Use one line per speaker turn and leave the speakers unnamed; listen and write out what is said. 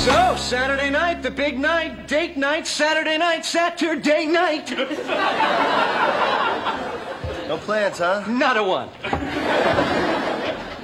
So, Saturday night, the big night, date night, Saturday night, Saturday night.
No plans, huh?
Not a one.